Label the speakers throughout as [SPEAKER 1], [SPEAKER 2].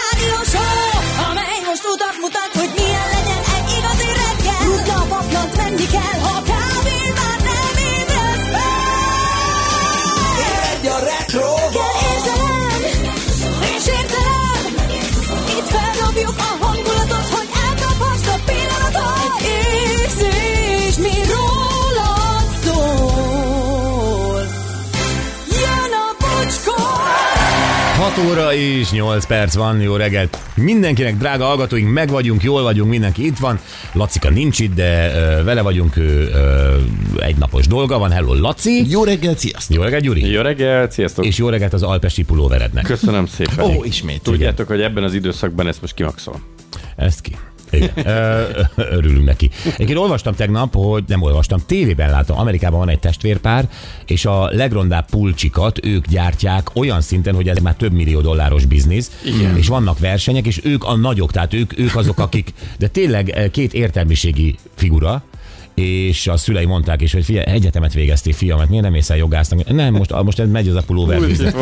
[SPEAKER 1] rádió show, amely most utat mutat, hogy milyen legyen egy igazi reggel. Rutna a paplant venni kell, ha kávé már nem ébresz fel.
[SPEAKER 2] Egy a retro
[SPEAKER 1] Kell érzelem, és értelem, itt feldobjuk a hangulatot, hogy elkaphast a pillanatot. Egy érzés, mi rólad szól. Jön a bocskor!
[SPEAKER 3] 6 óra és 8 perc van, jó reggelt mindenkinek, drága hallgatóink, meg vagyunk, jól vagyunk, mindenki itt van. Lacika nincs itt, de ö, vele vagyunk, ő ö, egy napos dolga van. Hello, Laci!
[SPEAKER 2] Jó reggel, sziasztok!
[SPEAKER 3] Jó reggelt, Gyuri!
[SPEAKER 4] Jó reggel, sziasztok! És
[SPEAKER 3] És jó reggelt az alpesi pulóverednek.
[SPEAKER 4] köszönöm szépen.
[SPEAKER 2] Ó, ismét. Ugye?
[SPEAKER 4] Tudjátok, hogy ebben az időszakban ezt most kimaxolom.
[SPEAKER 3] Ezt ki. Igen. Ö, ö, Örülünk neki. Egyébként olvastam tegnap, hogy nem olvastam, tévében láttam, Amerikában van egy testvérpár, és a legrondább pulcsikat ők gyártják olyan szinten, hogy ez már több millió dolláros biznisz, Igen. és vannak versenyek, és ők a nagyok, tehát ők, ők azok, akik, de tényleg eh, két értelmiségi figura, és a szülei mondták is, hogy figyelj, egyetemet végeztél, fiam, hát miért nem mész el jogásznak? Nem, most, most megy az a pulóver biznisz.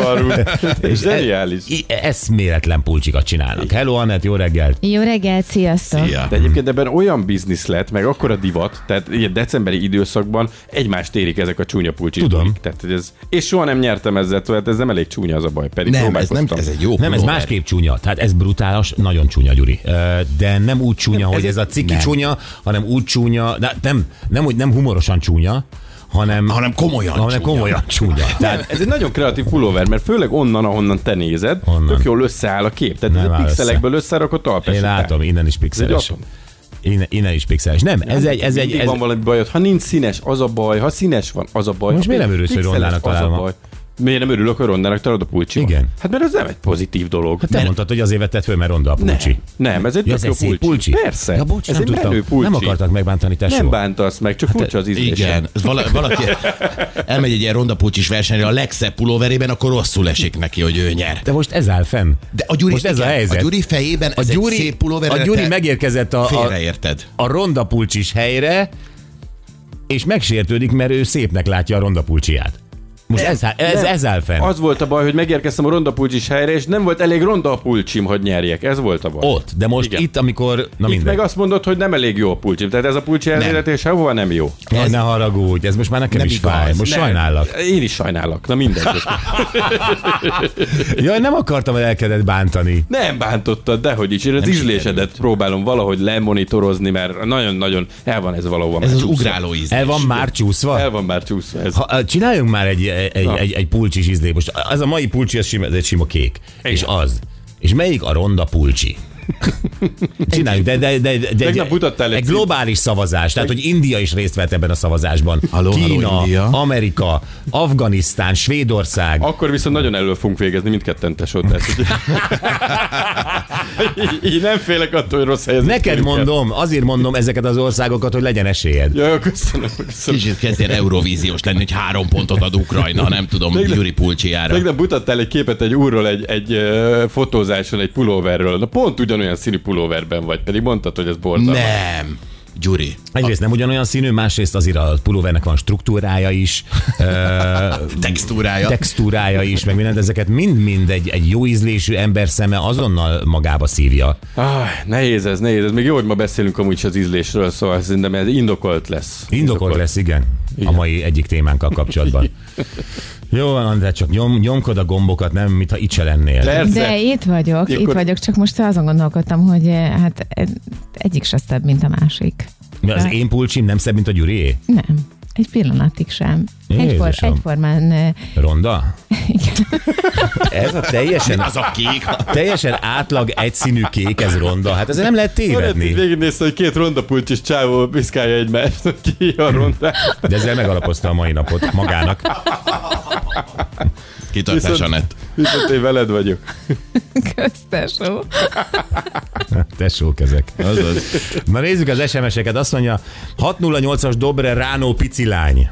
[SPEAKER 4] És Zseniális.
[SPEAKER 3] E- e- Eszméletlen pulcsikat csinálnak. Hello, Anett, jó reggelt!
[SPEAKER 5] Jó reggelt, sziasztok!
[SPEAKER 2] Ja.
[SPEAKER 4] De egyébként ebben olyan biznisz lett, meg akkora divat, tehát ilyen decemberi időszakban egymást érik ezek a csúnya pulcsi.
[SPEAKER 3] Tudom.
[SPEAKER 4] Tehát, hogy ez, és soha nem nyertem ezzel, tehát ez nem elég csúnya az a baj, pedig
[SPEAKER 2] Nem, ez nem,
[SPEAKER 4] próbálkoztam.
[SPEAKER 2] ez egy jó
[SPEAKER 3] Nem, ez
[SPEAKER 2] pulóver.
[SPEAKER 3] másképp csúnya. Tehát ez brutális, nagyon csúnya, Gyuri. Ö, De nem úgy csúnya, hogy ez a ciki nem. csúnya, hanem úgy csúnya, de nem, nem, hogy nem humorosan csúnya, hanem,
[SPEAKER 2] Hanem komolyan
[SPEAKER 3] hanem
[SPEAKER 2] csúnya.
[SPEAKER 3] komolyan csúnya.
[SPEAKER 4] Tehát ez egy nagyon kreatív pulóver, mert főleg onnan, ahonnan te nézed,
[SPEAKER 3] Honnan?
[SPEAKER 4] tök jól összeáll a kép. Tehát
[SPEAKER 3] Nem
[SPEAKER 4] ez a
[SPEAKER 3] áll
[SPEAKER 4] pixelekből összerakott
[SPEAKER 3] Én
[SPEAKER 4] alpesítás.
[SPEAKER 3] látom, innen is pixeles.
[SPEAKER 4] atom.
[SPEAKER 3] Innen, innen is pixeles. Nem, ez egy... Ez egy
[SPEAKER 4] Mindig
[SPEAKER 3] ez,
[SPEAKER 4] van valami bajod. Ha nincs színes, az a baj. Ha színes van, az a baj.
[SPEAKER 3] Most
[SPEAKER 4] Ha
[SPEAKER 3] miért nem örülsz, hogy
[SPEAKER 4] pixeles,
[SPEAKER 3] rondának
[SPEAKER 4] az a
[SPEAKER 3] találom a-
[SPEAKER 4] baj. Miért nem örülök, hogy rondának találod a pulcsimat?
[SPEAKER 3] Igen. Hát
[SPEAKER 4] Hát mert ez nem egy pozitív dolog.
[SPEAKER 3] te mondtad, hogy azért vetted föl, mert ronda a pulcsi.
[SPEAKER 4] Nem, ez egy
[SPEAKER 3] Ja,
[SPEAKER 4] tök
[SPEAKER 3] ez
[SPEAKER 4] jó
[SPEAKER 3] egy szép pulcsi.
[SPEAKER 4] Persze.
[SPEAKER 3] Ja, bocs,
[SPEAKER 4] ez
[SPEAKER 3] nem
[SPEAKER 4] egy
[SPEAKER 3] tudtam.
[SPEAKER 4] menő pulcsi.
[SPEAKER 3] Nem Hát, akartak megbántani, tesó.
[SPEAKER 4] Nem bántasz meg, csak furcsa az ízlése.
[SPEAKER 2] Igen, Ez vala, valaki elmegy egy ilyen rondapulcsis versenyre a legszebb pulóverében, akkor rosszul esik neki, hogy ő nyer.
[SPEAKER 3] De most ez áll fenn.
[SPEAKER 2] De a Gyuri,
[SPEAKER 3] most ez
[SPEAKER 2] igen,
[SPEAKER 3] a helyzet.
[SPEAKER 2] A Gyuri fejében ez a Gyuri, egy szép pulóver,
[SPEAKER 3] a Gyuri megérkezett a, a,
[SPEAKER 2] Félreérted.
[SPEAKER 3] a rondapulcsis helyre, és megsértődik, mert ő szépnek látja a rondapulcsiját. Most ez, áll- ez, ez áll fenn. Az...
[SPEAKER 4] Az volt a baj, hogy megérkeztem a ronda pulcsis helyre, és nem volt elég ronda a pulcsim, hogy nyerjek. Ez volt a baj.
[SPEAKER 3] Ott, de most Igen.
[SPEAKER 4] Igen.
[SPEAKER 3] itt, amikor... Na
[SPEAKER 4] Itt
[SPEAKER 3] mindegy.
[SPEAKER 4] meg azt mondod, hogy nem elég jó a pulcsim. Tehát ez a pulcsi elméletés sehova nem jó.
[SPEAKER 3] Jaj, ne haragudj, ez most már nekem
[SPEAKER 2] Nem
[SPEAKER 3] is
[SPEAKER 2] igaz.
[SPEAKER 3] fáj. Most
[SPEAKER 4] Nem.
[SPEAKER 3] sajnálak.
[SPEAKER 4] Én is sajnálok. Na mindegy.
[SPEAKER 3] Jaj, nem akartam a lelkedet bántani.
[SPEAKER 4] Nem bántottad, dehogy is. Én az ízlésedet próbálom valahogy lemonitorozni, mert nagyon-nagyon el van ez valahova.
[SPEAKER 2] Ez
[SPEAKER 4] már
[SPEAKER 2] az
[SPEAKER 4] csúszva.
[SPEAKER 2] ugráló íz.
[SPEAKER 3] El van már csúszva?
[SPEAKER 4] El van már csúszva. Ez.
[SPEAKER 3] Ha, eh, csináljunk már egy, egy, egy, egy pulcsis ízlé. Most az a mai pulcsi, ez, sima, ez egy sima kék. Igen. És az. És melyik a ronda pulcsi? Csináljunk, de, de, de, de, de
[SPEAKER 4] Tegnap mutattál egy
[SPEAKER 3] egy
[SPEAKER 4] cím-
[SPEAKER 3] globális szavazás, tehát hogy India is részt vett ebben a szavazásban.
[SPEAKER 2] Halló, halló,
[SPEAKER 3] Kína,
[SPEAKER 2] India.
[SPEAKER 3] Amerika, Afganisztán, Svédország.
[SPEAKER 4] Akkor viszont nagyon elő fogunk végezni mindketten tesót. Tehát, hogy- Így- Így nem félek attól, hogy rossz helyzetbe
[SPEAKER 3] Neked
[SPEAKER 4] kerüljünk el.
[SPEAKER 3] mondom, azért mondom ezeket az országokat, hogy legyen esélyed.
[SPEAKER 4] Jaj, köszönöm. köszönöm.
[SPEAKER 2] Kicsit kezdjen eurovíziós lenni, hogy három pontot ad Ukrajna, nem tudom, Gyuri pulcsiára.
[SPEAKER 4] Tegnap mutattál egy képet egy úrról egy, egy ö, fotózáson, egy pulóverről. Na pont ugyanolyan színű pulóverben vagy, pedig mondtad, hogy ez borzalmas.
[SPEAKER 2] Nem. Gyuri.
[SPEAKER 3] Egyrészt nem ugyanolyan színű, másrészt azért a pulóvernek van struktúrája is. Ö,
[SPEAKER 2] Textúrája.
[SPEAKER 3] textúrája is, meg mindent, ezeket mind-mind egy, egy jó ízlésű ember szeme azonnal magába szívja.
[SPEAKER 4] Ah, nehéz ez, nehéz ez. Még jó, hogy ma beszélünk amúgy is az ízlésről, szóval szerintem ez indokolt lesz.
[SPEAKER 3] Indokolt lesz, igen, a mai egyik témánkkal kapcsolatban. Jó van, András, csak nyom, nyomkod a gombokat, nem, mintha itt se lennél.
[SPEAKER 4] Persze.
[SPEAKER 5] De itt vagyok,
[SPEAKER 4] Ilyenkor-
[SPEAKER 5] itt vagyok, csak most azon gondolkodtam, hogy eh, hát eh, egyik se szebb, mint a másik.
[SPEAKER 3] De az én pulcsim nem szebb, mint a Gyurié?
[SPEAKER 5] Nem, egy pillanatig sem. Egyfor,
[SPEAKER 3] Jézusom.
[SPEAKER 5] egyformán eh,
[SPEAKER 3] Ronda?
[SPEAKER 5] igen.
[SPEAKER 3] Ez a teljesen,
[SPEAKER 2] Az a kék.
[SPEAKER 3] teljesen átlag egyszínű kék, ez ronda. Hát ezzel nem lehet
[SPEAKER 2] Szóval
[SPEAKER 4] Szeretnéd
[SPEAKER 3] tévedni.
[SPEAKER 4] végignézni, hogy két rondapult és csávó piszkálja egymást, hogy ki a rondát.
[SPEAKER 3] De ezzel megalapozta a mai napot magának.
[SPEAKER 2] Kitartás,
[SPEAKER 4] Viszont-
[SPEAKER 2] Anett.
[SPEAKER 4] Viszont én veled vagyok.
[SPEAKER 5] köztesó.
[SPEAKER 3] Tesók ezek. Azaz. Na nézzük az SMS-eket. Azt mondja, 608-as Dobre Ránó picilány.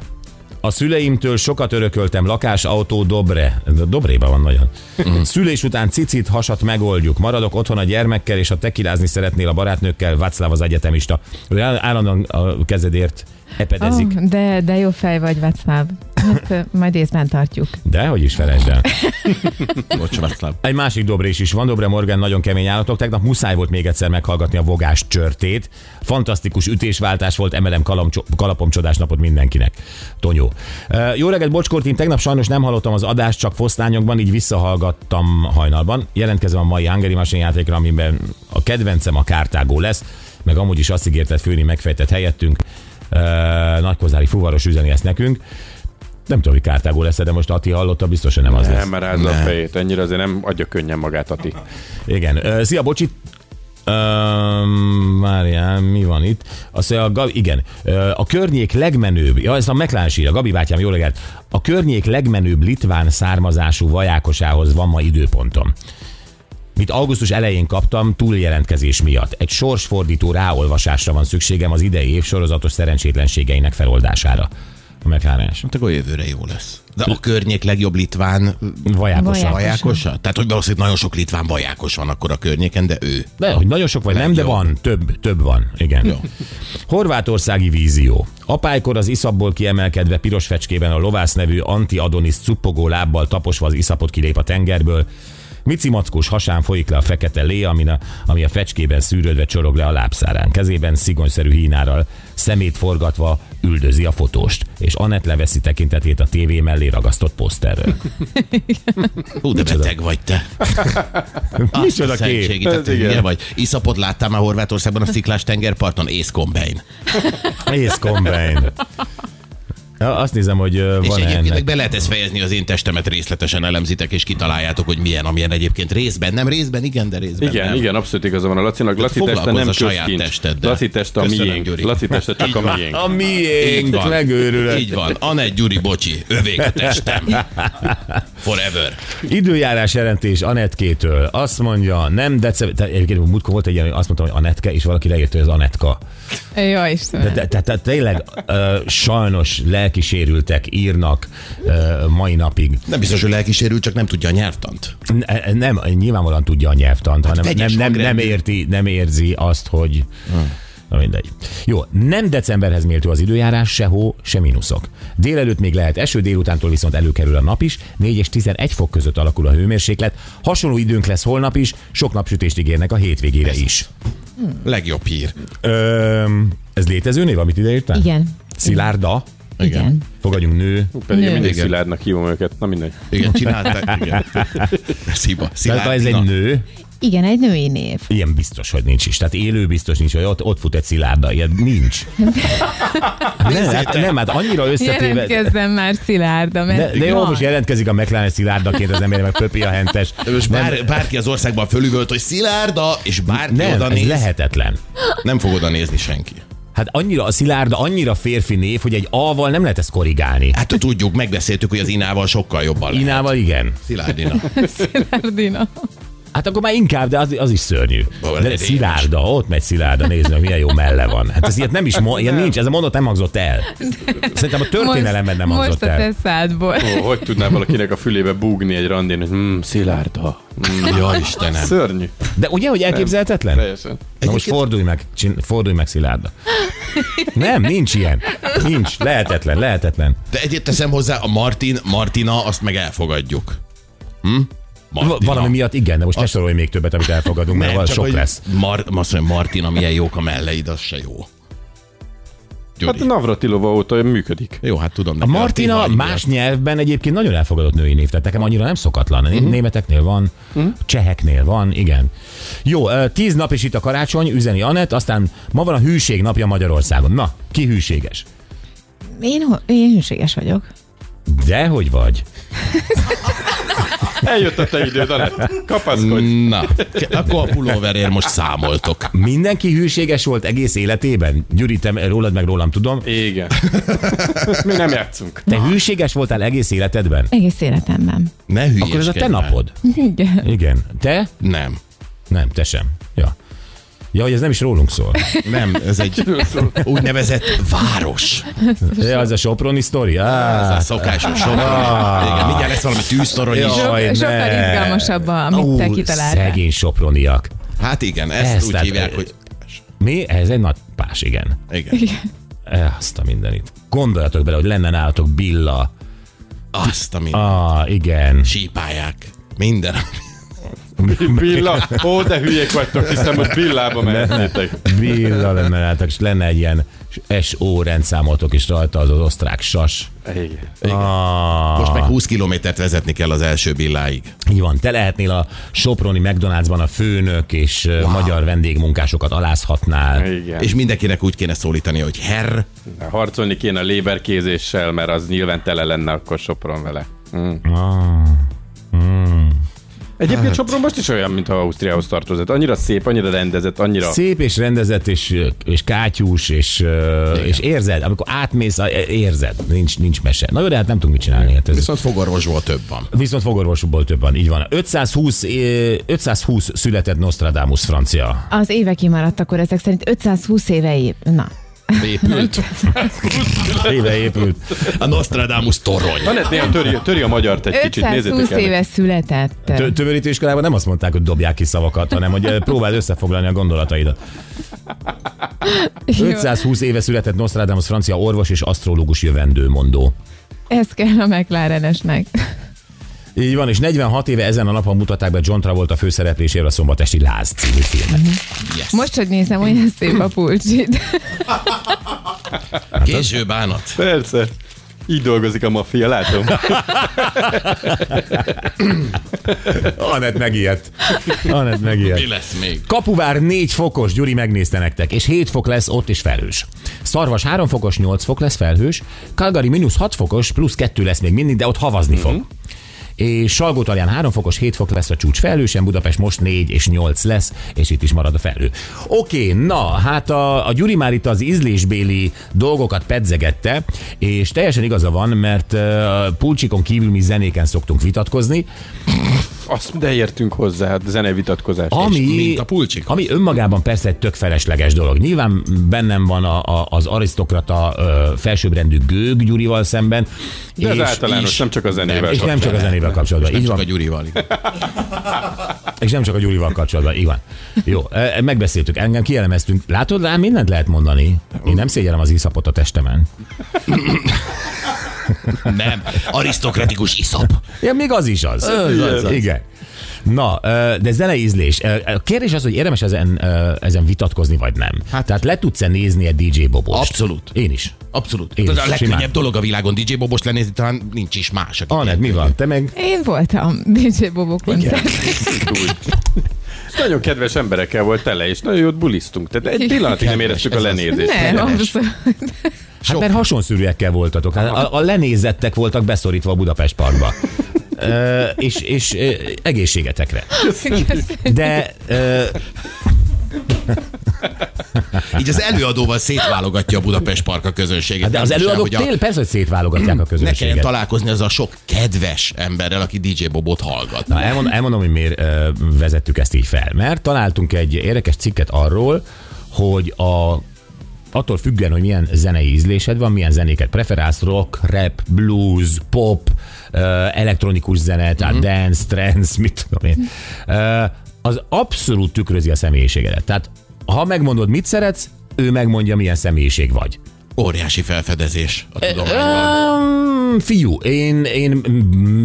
[SPEAKER 3] A szüleimtől sokat örököltem, lakás, autó, dobre. Ez a Dobrében van nagyon. Szülés után cicit, hasat megoldjuk. Maradok otthon a gyermekkel, és ha tekilázni szeretnél a barátnőkkel, Václav az
[SPEAKER 5] Ah.
[SPEAKER 3] egyetemista. Ő áll- állandóan a kezedért epedezik.
[SPEAKER 5] Oh, de, de jó fej vagy, Václav. Hát, ö, majd észben tartjuk.
[SPEAKER 3] De, hogy is felejtsd el.
[SPEAKER 2] Bocsánat,
[SPEAKER 3] Egy másik dobrés is van, Dobre Morgan nagyon kemény állatok. Tegnap muszáj volt még egyszer meghallgatni a vogás csörtét. Fantasztikus ütésváltás volt, emelem kalamcso- kalapom csodás napot mindenkinek. Tonyó. Ö, Jó reggelt, Bocskortin, tegnap sajnos nem hallottam az adást, csak foszlányokban, így visszahallgattam hajnalban. Jelentkezem a mai Hungary Machine játékra, amiben a kedvencem a kártágó lesz, meg amúgy is azt ígérted főni megfejtett helyettünk. Ö, Nagykozári fuvaros üzeni ezt nekünk. Nem tudom, hogy kártágó lesz, de most Ati hallotta, biztos, hogy nem az lesz.
[SPEAKER 4] Nem, már rázza a fejét, ennyire azért nem adja könnyen magát, Ati.
[SPEAKER 3] Igen. Ö, Szia, bocsi. Öm, Várjál, mi van itt? Azt mondja, a Gabi, igen, Ö, a környék legmenőbb, ja, ez a McLaren sír, a Gabi bátyám, jó reggelt. A környék legmenőbb litván származású vajákosához van ma időpontom. Mit augusztus elején kaptam túljelentkezés miatt. Egy sorsfordító ráolvasásra van szükségem az idei év sorozatos szerencsétlenségeinek feloldására. A mclaren
[SPEAKER 2] akkor jövőre jó lesz. De a környék legjobb litván
[SPEAKER 3] Vajákosa.
[SPEAKER 5] Vaják.
[SPEAKER 2] vajákosa? Tehát, hogy valószínűleg nagyon sok litván vajákos van akkor a környéken, de ő.
[SPEAKER 3] De, hogy nagyon sok vagy nem, de
[SPEAKER 2] Jó.
[SPEAKER 3] van, több, több van, igen. Jó. Horvátországi vízió. Apálykor az iszapból kiemelkedve piros fecskében a lovász nevű anti-adonis cuppogó lábbal taposva az iszapot kilép a tengerből. Mici mackós hasán folyik le a fekete lé, ami a, ami a fecskében szűrődve csorog le a lábszárán. Kezében szigonyszerű hínáral szemét forgatva üldözi a fotóst, és Anett leveszi tekintetét a tévé mellé ragasztott poszterről.
[SPEAKER 2] Hú, de beteg vagy te.
[SPEAKER 3] Micsoda
[SPEAKER 2] Azt a
[SPEAKER 3] kép? Hát
[SPEAKER 2] szentségit, te
[SPEAKER 4] Ez igen.
[SPEAKER 2] hülye vagy. Iszapot láttam már Horvátországban a sziklás tengerparton, Ace Combine.
[SPEAKER 3] Ace Combine. Ja, Azt nézem, hogy ö,
[SPEAKER 2] És
[SPEAKER 3] van-e
[SPEAKER 2] egyébként
[SPEAKER 3] ennek.
[SPEAKER 2] meg be lehet ezt fejezni, az én testemet részletesen elemzitek, és kitaláljátok, hogy milyen, amilyen egyébként részben, nem részben, igen, de részben
[SPEAKER 4] Igen,
[SPEAKER 2] nem.
[SPEAKER 4] igen, abszolút igaza van a Lacinak. Laci teste
[SPEAKER 2] foglalkozz
[SPEAKER 4] nem
[SPEAKER 2] a saját
[SPEAKER 4] közkincs.
[SPEAKER 2] testeddel.
[SPEAKER 4] Laci teste a
[SPEAKER 2] Köszönöm,
[SPEAKER 4] miénk.
[SPEAKER 2] Gyuri.
[SPEAKER 4] Laci teste csak a miénk.
[SPEAKER 3] A miénk,
[SPEAKER 2] Így van.
[SPEAKER 3] megőrülök.
[SPEAKER 2] Így van. Anett Gyuri, bocsi, övék a testem. Forever.
[SPEAKER 3] Időjárás jelentés Anetkétől. Azt mondja, nem december... Te- Egyébként múltkor volt egy ilyen, hogy azt mondtam, hogy Anetka, és valaki leírta, hogy az Anetka.
[SPEAKER 5] Jó Istenem.
[SPEAKER 3] De, de, de tényleg ö, sajnos lelkisérültek írnak ö, mai napig.
[SPEAKER 2] Nem biztos, hogy lelkísérül, csak nem tudja a nyelvtant.
[SPEAKER 3] N- e, Nem, nyilvánvalóan tudja a nyelvtant, hanem nem,
[SPEAKER 2] Hát vegyes
[SPEAKER 3] nem, nem,
[SPEAKER 2] hangrendű. Hm.
[SPEAKER 3] érti, nem érzi azt, hogy... Na mindegy. Jó, nem decemberhez méltó az időjárás, se hó, se mínuszok. Délelőtt még lehet eső, délutántól viszont előkerül a nap is, 4 és 11 fok között alakul a hőmérséklet, hasonló időnk lesz holnap is, sok napsütést ígérnek a hétvégére is.
[SPEAKER 2] Legjobb hír.
[SPEAKER 3] Öm, ez létező név, amit ide írtál?
[SPEAKER 5] Igen.
[SPEAKER 3] Szilárda,
[SPEAKER 5] Igen.
[SPEAKER 3] fogadjunk nő.
[SPEAKER 4] Pedig én
[SPEAKER 5] Nő.
[SPEAKER 4] mindig
[SPEAKER 2] Igen.
[SPEAKER 4] szilárdnak hívom őket. Na mindegy.
[SPEAKER 2] Igen, csinálták. Igen. Sziba.
[SPEAKER 3] Tehát ha
[SPEAKER 2] Szilárd,
[SPEAKER 3] ez egy
[SPEAKER 2] na.
[SPEAKER 3] nő,
[SPEAKER 5] Igen, egy női név.
[SPEAKER 3] ilyen biztos, hogy nincs is. Tehát élő biztos nincs, hogy ott, ott fut egy szilárda, ilyen nincs. nem, hát, nem, hát annyira összetéve...
[SPEAKER 5] Jelentkezzem már
[SPEAKER 3] De,
[SPEAKER 5] Szilárda, mert...
[SPEAKER 3] de jó,
[SPEAKER 5] Jaj.
[SPEAKER 3] most jelentkezik a McLaren szilárdaként az ember, meg Pöpi a hentes.
[SPEAKER 2] Most bár, bárki az országban fölüvölt, hogy Szilárda, és bárki
[SPEAKER 3] Nem,
[SPEAKER 2] oda
[SPEAKER 3] ez
[SPEAKER 2] néz,
[SPEAKER 3] lehetetlen.
[SPEAKER 2] nem fog oda nézni senki.
[SPEAKER 3] Hát annyira a szilárda, annyira férfi név, hogy egy A-val nem lehet ezt korrigálni.
[SPEAKER 2] Hát tudjuk, megbeszéltük, hogy az Inával sokkal jobban lehet.
[SPEAKER 3] Inával igen.
[SPEAKER 2] Szilárdina.
[SPEAKER 5] Szilárdina.
[SPEAKER 3] Hát akkor már inkább, de az, az is szörnyű.
[SPEAKER 2] Ó, ez
[SPEAKER 3] De
[SPEAKER 2] rémes.
[SPEAKER 3] szilárda, ott megy szilárda, nézd meg, milyen jó melle van. Hát ez ilyet nem is, mo- ilyen nincs, ez a mondat nem hangzott el. Szerintem a történelemben nem
[SPEAKER 5] Most
[SPEAKER 3] hangzott
[SPEAKER 5] a te
[SPEAKER 3] el.
[SPEAKER 5] szádból.
[SPEAKER 4] Ó, hogy tudná valakinek a fülébe búgni egy randin, hogy mm, szilárda. Mm,
[SPEAKER 2] Ja, Istenem.
[SPEAKER 4] szörnyű.
[SPEAKER 3] De ugye, hogy elképzelhetetlen?
[SPEAKER 4] Teljesen.
[SPEAKER 3] Na most fordulj meg, csin- fordulj meg Szilárda. Nem, nincs ilyen. Nincs, lehetetlen, lehetetlen.
[SPEAKER 2] De egyet teszem hozzá, a Martin, Martina, azt meg elfogadjuk. Hm?
[SPEAKER 3] Va-
[SPEAKER 2] Martina.
[SPEAKER 3] Valami miatt igen, de most ne sorolj még többet, amit elfogadunk, mert
[SPEAKER 2] Nem,
[SPEAKER 3] val-
[SPEAKER 2] csak
[SPEAKER 3] sok
[SPEAKER 2] hogy
[SPEAKER 3] lesz.
[SPEAKER 2] Mar- azt mondja, Martina, milyen jók a melleid, az se jó. Gyuri.
[SPEAKER 4] Hát Navratilova óta működik.
[SPEAKER 2] Jó, hát tudom.
[SPEAKER 3] A Martina más nyelvben egyébként nagyon elfogadott női név, tehát nekem annyira nem szokatlan. Uh-huh. Németeknél van, uh-huh. cseheknél van, igen. Jó, ö, tíz nap is itt a karácsony, üzeni Anett, aztán ma van a hűség napja Magyarországon. Na, ki hűséges?
[SPEAKER 5] Én, ho- én hűséges vagyok.
[SPEAKER 3] Dehogy vagy.
[SPEAKER 4] Eljött a te időd, Anett. Kapaszkodj.
[SPEAKER 2] Na, ke- akkor a pulóverért most számoltok.
[SPEAKER 3] Mindenki hűséges volt egész életében? Gyuri, te rólad meg rólam tudom.
[SPEAKER 4] Igen. Mi nem játszunk.
[SPEAKER 3] Te hűséges voltál egész életedben?
[SPEAKER 5] Egész életemben.
[SPEAKER 2] Ne hülyeskedj
[SPEAKER 3] Akkor ez a te
[SPEAKER 2] már.
[SPEAKER 3] napod.
[SPEAKER 5] Igen.
[SPEAKER 3] Igen. Te?
[SPEAKER 2] Nem.
[SPEAKER 3] Nem, te sem. Ja. Ja, hogy ez nem is rólunk szól.
[SPEAKER 2] Nem, ez egy úgynevezett város.
[SPEAKER 3] Ja, az a Soproni sztori?
[SPEAKER 2] Ez
[SPEAKER 3] Á,
[SPEAKER 2] a szokásos sor.
[SPEAKER 3] Ah.
[SPEAKER 2] Igen, mindjárt lesz valami tűztorony is.
[SPEAKER 3] Jaj.
[SPEAKER 5] Sok, sokkal
[SPEAKER 3] ne.
[SPEAKER 5] izgalmasabb, a, amit te
[SPEAKER 3] ú,
[SPEAKER 5] kitaláltál.
[SPEAKER 3] Szegény Soproniak.
[SPEAKER 2] Hát igen, ezt
[SPEAKER 3] Ez,
[SPEAKER 2] úgy
[SPEAKER 3] tehát-
[SPEAKER 2] hívják, hogy...
[SPEAKER 3] Mi? Ez egy nagy pás, igen. Eh,
[SPEAKER 2] Igen.
[SPEAKER 3] E, azt a mindenit. Gondoljatok bele, hogy lenne nálatok Billa,
[SPEAKER 2] Azt, ami a...
[SPEAKER 3] Ah, igen.
[SPEAKER 2] sípálják. Minden.
[SPEAKER 4] Billa, ó, de hülyék vagytok, hiszen most villába mehetnétek.
[SPEAKER 3] Billa lenne rátok, és lenne egy ilyen SO rendszámotok is rajta az, az osztrák sas.
[SPEAKER 4] Igen.
[SPEAKER 3] Ah,
[SPEAKER 2] Most meg 20 kilométert vezetni kell az első billáig.
[SPEAKER 3] így van, te lehetnél a Soproni McDonald'sban a főnök, és wow. magyar vendégmunkásokat alázhatnál.
[SPEAKER 4] Igen.
[SPEAKER 2] És mindenkinek úgy kéne szólítani, hogy herr,
[SPEAKER 4] Harcolni kéne a léberkézéssel, mert az nyilván tele lenne akkor Sopron vele. Mm.
[SPEAKER 3] Ah.
[SPEAKER 4] Egyébként Sopron most is olyan, mintha Ausztriához tartozott. Annyira szép, annyira rendezett, annyira...
[SPEAKER 3] Szép és rendezett, és, és kátyús, és, ö, és érzed, amikor átmész, a- e, érzed, nincs, nincs mese. Na jó, de hát nem tudunk mit csinálni. Hát ez
[SPEAKER 2] viszont fogorvosból több van.
[SPEAKER 3] Viszont fogorvosúból több van, így van. 520, ö, 520 született Nostradamus francia.
[SPEAKER 5] Az évek maradt akkor ezek szerint 520 éve év. Na,
[SPEAKER 2] Épült.
[SPEAKER 3] Éve épült.
[SPEAKER 2] A Nostradamus torony.
[SPEAKER 4] Van ez néha töri, töri a magyart egy kicsit,
[SPEAKER 5] 520
[SPEAKER 4] nézzétek el.
[SPEAKER 5] éve született.
[SPEAKER 3] Tö- Tömörítőiskolában nem azt mondták, hogy dobják ki szavakat, hanem hogy ö, próbáld összefoglalni a gondolataidat.
[SPEAKER 5] Jó,
[SPEAKER 3] 520 éve született Nostradamus francia orvos és asztrológus jövendőmondó.
[SPEAKER 5] Ez kell a McLarenesnek.
[SPEAKER 3] Így van, és 46 éve ezen a napon mutatták be John Travolta főszereplésével a Szombatesti Láz című filmet.
[SPEAKER 2] Yes.
[SPEAKER 5] Most, hogy nézem, olyan szép a pulcsit.
[SPEAKER 2] Késő bánat.
[SPEAKER 4] Persze. Így dolgozik a maffia, látom.
[SPEAKER 3] Anett megijedt. Anett megijedt.
[SPEAKER 2] Mi lesz még?
[SPEAKER 3] Kapuvár 4 fokos, Gyuri megnézte nektek, és 7 fok lesz ott is felhős. Szarvas 3 fokos, 8 fok lesz felhős, Calgary mínusz 6 fokos, plusz 2 lesz még mindig, de ott havazni fog. És Salgótalján 3 fokos, 7 fok lesz a csúcs felhősen, Budapest most 4 és 8 lesz, és itt is marad a felhő. Oké, na, hát a, a Gyuri már itt az ízlésbéli dolgokat pedzegette, és teljesen igaza van, mert uh, pulcsikon kívül mi zenéken szoktunk vitatkozni,
[SPEAKER 4] Azt de értünk hozzá, hát zene vitatkozás.
[SPEAKER 3] ami,
[SPEAKER 2] mint a pulcsikhoz.
[SPEAKER 3] ami önmagában persze egy tök felesleges dolog. Nyilván bennem van a, a, az arisztokrata ö, felsőbbrendű gőg Gyurival szemben.
[SPEAKER 4] De ez általános, nem csak a zenével
[SPEAKER 3] És nem csak a
[SPEAKER 4] kapcsolatban.
[SPEAKER 3] zenével kapcsolatban.
[SPEAKER 2] Nem
[SPEAKER 3] Így
[SPEAKER 2] csak
[SPEAKER 3] van,
[SPEAKER 2] a Gyurival.
[SPEAKER 3] és nem csak a Gyurival kapcsolatban, így van. Jó, e, megbeszéltük, engem kielemeztünk. Látod, rám mindent lehet mondani. Én nem szégyellem az iszapot a testemen.
[SPEAKER 2] Nem. Arisztokratikus iszap.
[SPEAKER 3] Ja, még az is az.
[SPEAKER 4] az, az.
[SPEAKER 3] Igen. Na, ö, de zenei ízlés. Ö, A kérdés az, hogy érdemes ezen, ö, ezen vitatkozni, vagy nem. Hát, Tehát le tudsz-e nézni egy DJ Bobost?
[SPEAKER 2] Abszolút.
[SPEAKER 3] Én is.
[SPEAKER 2] Abszolút.
[SPEAKER 3] Én
[SPEAKER 2] Ez
[SPEAKER 3] is,
[SPEAKER 2] a legkönnyebb
[SPEAKER 3] simán. Ah,
[SPEAKER 2] dolog a világon DJ Bobos lenézni, talán nincs is más. aki
[SPEAKER 3] Anett, mi van? Hát Te meg
[SPEAKER 5] Én voltam DJ Bobo koncert.
[SPEAKER 4] És nagyon kedves emberekkel volt tele, és nagyon jót bulisztunk. Tehát egy pillanatig nem éreztük a lenézést.
[SPEAKER 5] Nem, abszolút.
[SPEAKER 3] Hát mert hasonszűrűekkel voltatok. Hát a, a lenézettek voltak beszorítva a Budapest Parkba. Ö, és, és ö, egészségetekre. De ö,
[SPEAKER 2] Így az előadóval szétválogatja a Budapest Park a közönséget.
[SPEAKER 3] Hát de az
[SPEAKER 2] Nem hiszem,
[SPEAKER 3] előadók
[SPEAKER 2] hogy a-
[SPEAKER 3] tényleg persze, hogy szétválogatják a
[SPEAKER 2] Ne kelljen
[SPEAKER 3] közönséget.
[SPEAKER 2] találkozni az a sok kedves emberrel, aki DJ Bobot hallgat.
[SPEAKER 3] Na, elmond, elmondom, hogy miért ö, vezettük ezt így fel. Mert találtunk egy érdekes cikket arról, hogy a attól függően, hogy milyen zenei ízlésed van, milyen zenéket preferálsz, rock, rap, blues, pop, ö, elektronikus zene, tehát mm-hmm. dance, trance, mit tudom én, Ö, az abszolút tükrözi a személyiségedet. Tehát ha megmondod, mit szeretsz, ő megmondja, milyen személyiség vagy.
[SPEAKER 2] Óriási felfedezés a tudományban.
[SPEAKER 3] Um, fiú, én, én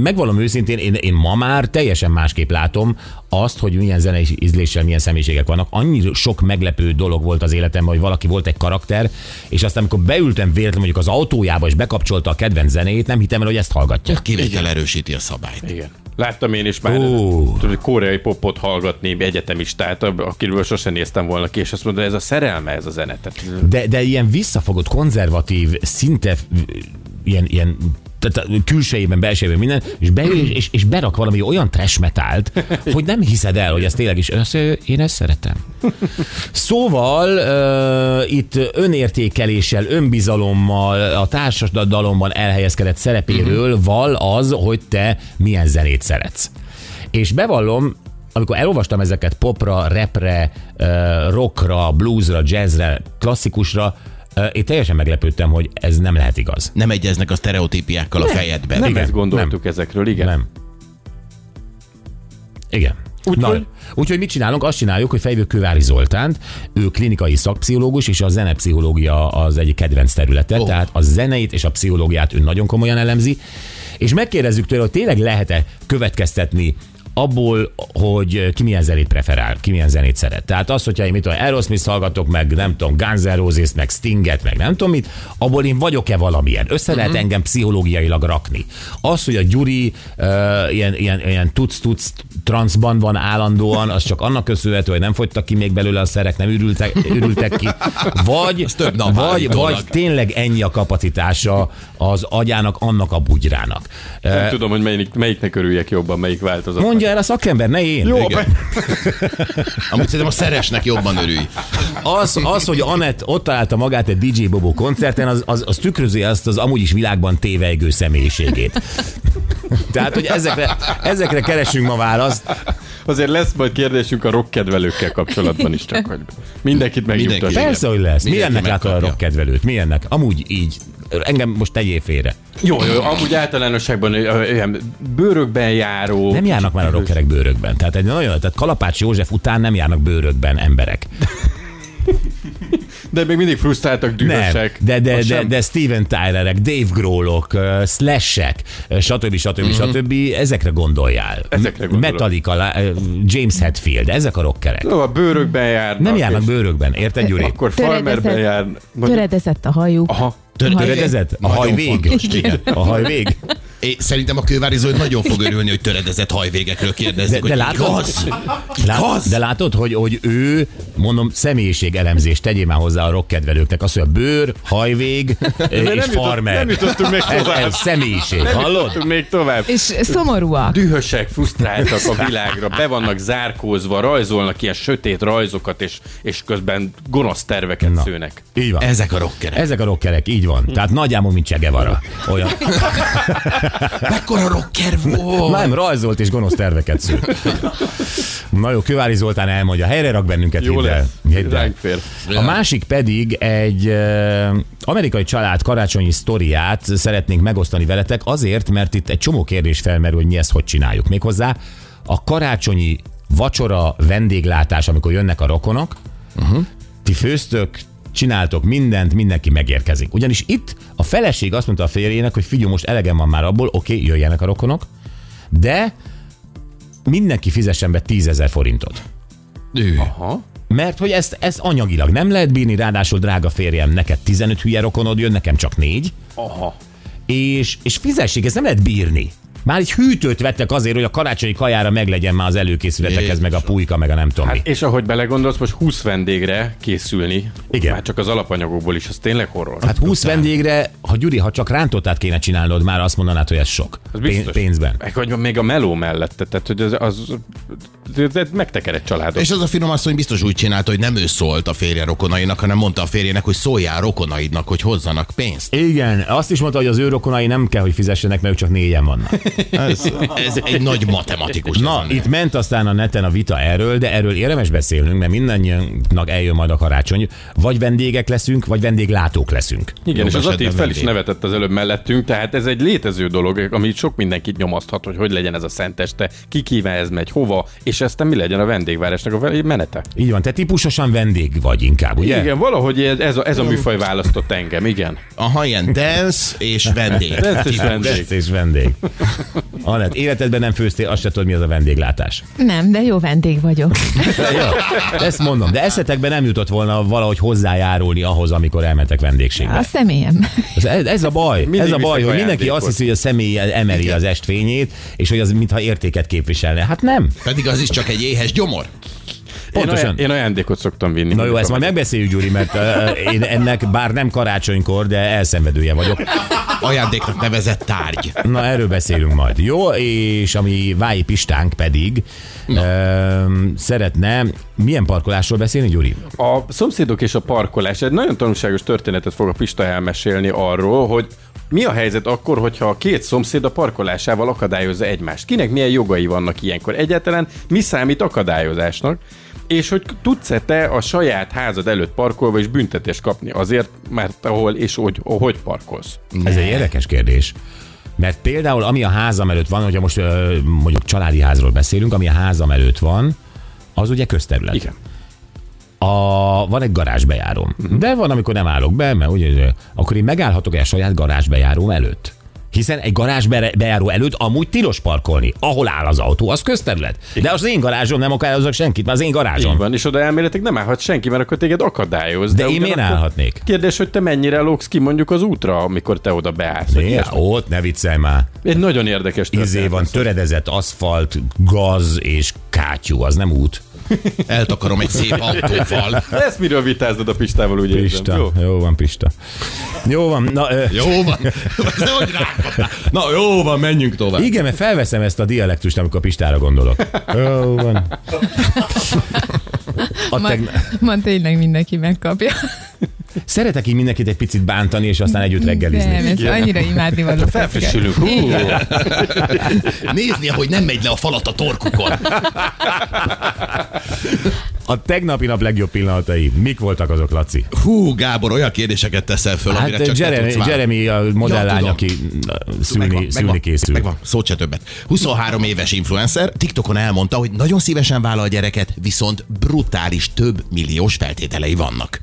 [SPEAKER 3] megvallom őszintén, én, én ma már teljesen másképp látom azt, hogy milyen zenei ízléssel milyen személyiségek vannak. Annyi sok meglepő dolog volt az életemben, hogy valaki volt egy karakter, és aztán amikor beültem véletlenül mondjuk az autójába, és bekapcsolta a kedvenc zenéjét, nem hittem el, hogy ezt hallgatja.
[SPEAKER 2] A kivétel erősíti a szabályt.
[SPEAKER 4] Igen. Láttam én is már
[SPEAKER 3] Ó.
[SPEAKER 4] tudod, koreai popot hallgatni egyetemistát, akiről sosem néztem volna ki, és azt mondta, ez a szerelme, ez a zene. Tehát,
[SPEAKER 3] De, de ilyen visszafogott, konzervatív, szinte ilyen, ilyen tehát a külsejében, belsejében minden, és beül és- és, és berak valami olyan trash metált, hogy nem hiszed el, hogy ez tényleg is, ezt, ö, én ezt szeretem. Szóval uh, itt önértékeléssel, önbizalommal, a társadalomban elhelyezkedett szerepéről val az, hogy te milyen zenét szeretsz. És bevallom, amikor elolvastam ezeket popra, repre, ö, rockra, bluesra, jazzre, klasszikusra, ö, én teljesen meglepődtem, hogy ez nem lehet igaz.
[SPEAKER 2] Nem egyeznek a sztereotípiákkal a fejedben.
[SPEAKER 4] nem
[SPEAKER 3] igen,
[SPEAKER 4] ezt gondoltuk ezekről, igen.
[SPEAKER 3] Nem. Igen. Úgyhogy úgy, mit csinálunk? Azt csináljuk, hogy fejvő Kövári Zoltánt, ő klinikai szakpszichológus, és a zenepszichológia az egyik kedvenc területe, oh. tehát a zeneit és a pszichológiát ő nagyon komolyan elemzi, és megkérdezzük tőle, hogy tényleg lehet-e következtetni abból, hogy ki milyen zenét preferál, ki milyen zenét szeret. Tehát az, hogyha én mit tudom, Aerosmith hallgatok, meg nem tudom, Guns N' Roses, meg Stinget, meg nem tudom mit, abból én vagyok-e valamilyen? Össze lehet engem pszichológiailag rakni. Az, hogy a Gyuri uh, ilyen, ilyen, ilyen tuc-tuc transzban van állandóan, az csak annak köszönhető, hogy nem fogytak ki még belőle a szerek, nem ürültek, ürültek ki. Vagy,
[SPEAKER 2] Az több nap
[SPEAKER 3] vagy,
[SPEAKER 2] állítólag.
[SPEAKER 3] vagy tényleg ennyi a kapacitása az agyának, annak a bugyrának. Ö,
[SPEAKER 4] Nem tudom, hogy melyik, melyiknek örüljek jobban, melyik változat.
[SPEAKER 3] Mondja el a szakember, ne én.
[SPEAKER 4] Jó,
[SPEAKER 2] Igen. Amúgy szerintem a szeresnek jobban örülj.
[SPEAKER 3] Az, az, hogy Anett ott találta magát egy DJ Bobo koncerten, az, az, az tükrözi azt az amúgy is világban tévejgő személyiségét. Tehát, hogy ezekre, ezekre keresünk ma választ.
[SPEAKER 4] Azért lesz majd kérdésünk a rockkedvelőkkel kapcsolatban is, csak hogy mindenkit megnyugtassuk.
[SPEAKER 2] Mindenki.
[SPEAKER 3] Persze, hogy lesz.
[SPEAKER 2] Mindenki
[SPEAKER 3] Milyennek látod a
[SPEAKER 2] megkapja.
[SPEAKER 3] rock kedvelőt? Milyennek? Amúgy így. Engem most tegyél félre.
[SPEAKER 4] Jó, jó, amúgy általánosságban ö, ilyen bőrökben járó.
[SPEAKER 3] Nem járnak már a rockerek bőrökben. Tehát egy nagyon, tehát Kalapács József után nem járnak bőrökben emberek.
[SPEAKER 4] De még mindig frusztráltak,
[SPEAKER 3] Nem,
[SPEAKER 4] dühösek.
[SPEAKER 3] de, de,
[SPEAKER 4] Az
[SPEAKER 3] de,
[SPEAKER 4] sem-
[SPEAKER 3] de Steven Tylerek, Dave Grohlok, ö, Slashek, ö, stb. stb. Mm-hmm. stb. Ezekre gondoljál.
[SPEAKER 4] Mhm. Ezekre gondolok.
[SPEAKER 3] Metallica, lá- ö, James Hetfield, ezek a rockerek.
[SPEAKER 4] Jó, a bőrökben járnak.
[SPEAKER 3] Nem járnak
[SPEAKER 4] és
[SPEAKER 3] bőrökben, érted Gyuri?
[SPEAKER 4] Akkor
[SPEAKER 5] Töredezett-
[SPEAKER 4] farmerben járnak.
[SPEAKER 5] Töredezett a hajuk.
[SPEAKER 4] Aha.
[SPEAKER 2] Tör-
[SPEAKER 3] Töredezett? A
[SPEAKER 2] Nagyon
[SPEAKER 3] haj vég?
[SPEAKER 2] fontos, igen.
[SPEAKER 3] A haj vég?
[SPEAKER 2] É, szerintem a kővári Zöld nagyon fog örülni, hogy töredezett hajvégekről
[SPEAKER 3] De,
[SPEAKER 2] kérdezzük,
[SPEAKER 3] de
[SPEAKER 2] hogy
[SPEAKER 3] látod,
[SPEAKER 2] igaz?
[SPEAKER 3] lát,
[SPEAKER 2] Igaz?
[SPEAKER 3] de látod hogy, hogy ő, mondom, személyiség elemzés, tegyél már hozzá a rockkedvelőknek, az, hogy a bőr, hajvég ö,
[SPEAKER 4] nem
[SPEAKER 3] és
[SPEAKER 4] jutott-
[SPEAKER 3] farmer.
[SPEAKER 4] nem jutottunk még
[SPEAKER 3] ez,
[SPEAKER 4] tovább.
[SPEAKER 3] ez személyiség, hallod?
[SPEAKER 4] Hallod? Még tovább.
[SPEAKER 5] És szomorúak.
[SPEAKER 4] Dühösek, frusztráltak a világra, be vannak zárkózva, rajzolnak ilyen sötét rajzokat, és, és közben gonosz terveket
[SPEAKER 3] Na.
[SPEAKER 4] szőnek.
[SPEAKER 3] Így van.
[SPEAKER 2] Ezek a rockerek.
[SPEAKER 3] Ezek a rockerek, így van. Tehát nagyjából, mint Csegevara. Olyan.
[SPEAKER 2] Mekkora rocker volt?
[SPEAKER 3] Nem, rajzolt és gonosz terveket szült. Na jó, Kövári Zoltán elmondja, helyre rak bennünket,
[SPEAKER 4] Jó
[SPEAKER 3] hidd el.
[SPEAKER 4] lesz.
[SPEAKER 3] Hidd el.
[SPEAKER 4] Ránk fér.
[SPEAKER 3] A másik pedig egy ö, amerikai család karácsonyi sztoriát szeretnénk megosztani veletek, azért, mert itt egy csomó kérdés felmerül, hogy mi ezt hogy csináljuk. Méghozzá a karácsonyi vacsora vendéglátás, amikor jönnek a rokonok, ti főztök, csináltok mindent, mindenki megérkezik. Ugyanis itt a feleség azt mondta a férjének, hogy figyelj, most elegem van már abból, oké, okay, jöjjenek a rokonok, de mindenki fizessen be 10 ezer forintot.
[SPEAKER 2] Ő.
[SPEAKER 4] Aha.
[SPEAKER 3] Mert hogy ezt, ezt anyagilag nem lehet bírni, ráadásul drága férjem, neked 15 hülye rokonod jön, nekem csak 4,
[SPEAKER 4] Aha.
[SPEAKER 3] és, és fizessék, ezt nem lehet bírni. Már egy hűtőt vettek azért, hogy a karácsonyi kajára meglegyen már az előkészületekhez, meg a pulyka, meg a nem tudom mi.
[SPEAKER 4] Hát, és ahogy belegondolsz, most 20 vendégre készülni,
[SPEAKER 3] Igen.
[SPEAKER 4] már csak az alapanyagokból is, az tényleg horror.
[SPEAKER 3] Hát 20 vendégre, ha Gyuri, ha csak rántottát kéne csinálnod, már azt mondanád, hogy ez sok.
[SPEAKER 4] Az biztos.
[SPEAKER 3] Pén- Pénzben.
[SPEAKER 4] Meg, hogy még a meló mellette, tehát hogy az, az, az, az megteker egy családot.
[SPEAKER 2] És az a finom asszony biztos úgy csinálta, hogy nem ő szólt a férje rokonainak, hanem mondta a férjének, hogy szóljál rokonaidnak, hogy hozzanak pénzt.
[SPEAKER 3] Igen, azt is mondta, hogy az ő rokonai nem kell, hogy fizessenek, mert ők csak négyen vannak.
[SPEAKER 2] Ez, ez egy nagy matematikus.
[SPEAKER 3] Na, itt ment aztán a neten a vita erről, de erről érdemes beszélnünk, mert mindannyiunknak eljön majd a karácsony. Vagy vendégek leszünk, vagy vendéglátók leszünk.
[SPEAKER 4] Igen,
[SPEAKER 2] Jobb
[SPEAKER 4] és az
[SPEAKER 2] esetben
[SPEAKER 4] Ati fel is
[SPEAKER 2] vendég.
[SPEAKER 4] nevetett az előbb mellettünk, tehát ez egy létező dolog, ami sok mindenkit nyomaszthat, hogy hogy legyen ez a szenteste, ki kíván ez megy, hova, és aztán mi legyen a vendégvárásnak a ve- menete.
[SPEAKER 3] Így van, te típusosan vendég vagy inkább, ugye?
[SPEAKER 4] Yeah. Igen, valahogy ez ez a, ez a műfaj választott engem, igen.
[SPEAKER 2] Aha, ilyen dance és vendég.
[SPEAKER 4] Dance és
[SPEAKER 2] Típus.
[SPEAKER 4] vendég.
[SPEAKER 3] Vendég. és vendég. Anett, életedben nem főztél, azt se tudod, mi az a vendéglátás.
[SPEAKER 5] Nem, de jó vendég vagyok.
[SPEAKER 3] Jó, ezt mondom, de eszetekbe nem jutott volna valahogy hozzájárulni ahhoz, amikor elmentek vendégségbe.
[SPEAKER 5] A személyem.
[SPEAKER 3] Ez, ez ez a baj,
[SPEAKER 4] Mindig
[SPEAKER 3] ez a baj,
[SPEAKER 4] viszek
[SPEAKER 3] hogy mindenki
[SPEAKER 4] ajándékot.
[SPEAKER 3] azt hiszi, hogy a személy emeli az estvényét, és hogy az mintha értéket képviselne. Hát nem.
[SPEAKER 2] Pedig az is csak egy éhes gyomor.
[SPEAKER 3] Pontosan.
[SPEAKER 4] Én, aj- én ajándékot szoktam vinni.
[SPEAKER 3] Na jó, ezt majd
[SPEAKER 4] meg...
[SPEAKER 3] megbeszéljük, Gyuri, mert uh, én ennek bár nem karácsonykor, de elszenvedője vagyok.
[SPEAKER 2] Ajándéknak nevezett tárgy.
[SPEAKER 3] Na, erről beszélünk majd. Jó, és ami Vái Pistánk pedig uh, szeretne, milyen parkolásról beszélni, Gyuri?
[SPEAKER 4] A szomszédok és a parkolás, egy nagyon tanulságos történetet fog a Pista elmesélni arról, hogy mi a helyzet akkor, hogyha a két szomszéd a parkolásával akadályozza egymást? Kinek milyen jogai vannak ilyenkor? Egyáltalán mi számít akadályozásnak? És hogy tudsz-e te a saját házad előtt parkolva is büntetést kapni azért, mert ahol és hogy, hogy parkolsz?
[SPEAKER 3] Ez egy érdekes kérdés. Mert például, ami a házam előtt van, hogyha most ö, mondjuk családi házról beszélünk, ami a házam előtt van, az ugye közterület.
[SPEAKER 4] Igen.
[SPEAKER 3] a, van egy garázsbejárom. De van, amikor nem állok be, mert ugye, akkor én megállhatok el a saját garázsbejáróm előtt. Hiszen egy garázs bere- bejáró előtt amúgy tilos parkolni. Ahol áll az autó, az közterület. De az én garázsom nem akadályozok senkit, mert az én
[SPEAKER 4] Így
[SPEAKER 3] garázsom.
[SPEAKER 4] van, és oda elméletek nem állhat senki, mert akkor téged akadályoz.
[SPEAKER 3] De én miért
[SPEAKER 4] ugyanakkor
[SPEAKER 3] állhatnék?
[SPEAKER 4] Kérdés, hogy te mennyire lógsz ki mondjuk az útra, amikor te oda beállsz. vagy
[SPEAKER 3] Miért?
[SPEAKER 4] ilyesmi.
[SPEAKER 3] Ott ne viccelj már.
[SPEAKER 4] Egy nagyon érdekes
[SPEAKER 3] Izé van töredezett aszfalt, gaz és kátyú, az nem út.
[SPEAKER 2] Eltakarom egy szép autóval.
[SPEAKER 4] Ezt miről vitáznod a Pistával, úgy érzem. Jó.
[SPEAKER 3] Pista. Jó. jó van, Pista. Jó van, na, ö,
[SPEAKER 2] Jó van. Ez hogy rákaptál. Na jó van, menjünk tovább.
[SPEAKER 3] igen, mert felveszem ezt a dialektust, amikor Pistára gondolok. Jó van. A
[SPEAKER 5] Ma,
[SPEAKER 3] tegna...
[SPEAKER 5] ma tényleg mindenki megkapja.
[SPEAKER 3] Szeretek így mindenkit egy picit bántani, és aztán együtt
[SPEAKER 5] Nem,
[SPEAKER 3] reggelizni.
[SPEAKER 5] ez annyira imádni
[SPEAKER 3] Hát
[SPEAKER 5] való.
[SPEAKER 4] Felfrissülünk. Hú.
[SPEAKER 2] Nézni, hogy nem megy le a falat a torkukon.
[SPEAKER 3] A tegnapi nap legjobb pillanatai. Mik voltak azok, Laci?
[SPEAKER 2] Hú, Gábor, olyan kérdéseket teszel föl, amire csak
[SPEAKER 3] Hát
[SPEAKER 2] te tudsz
[SPEAKER 3] Jeremy,
[SPEAKER 2] válaszolni.
[SPEAKER 3] Jeremy a modellány,
[SPEAKER 2] tudom.
[SPEAKER 3] aki na, szülni,
[SPEAKER 2] Megvan,
[SPEAKER 3] szülni
[SPEAKER 2] megvan,
[SPEAKER 3] készül.
[SPEAKER 2] Megvan, szót se többet. 23 éves influencer TikTokon elmondta, hogy nagyon szívesen vállal a gyereket, viszont brutális több milliós feltételei vannak.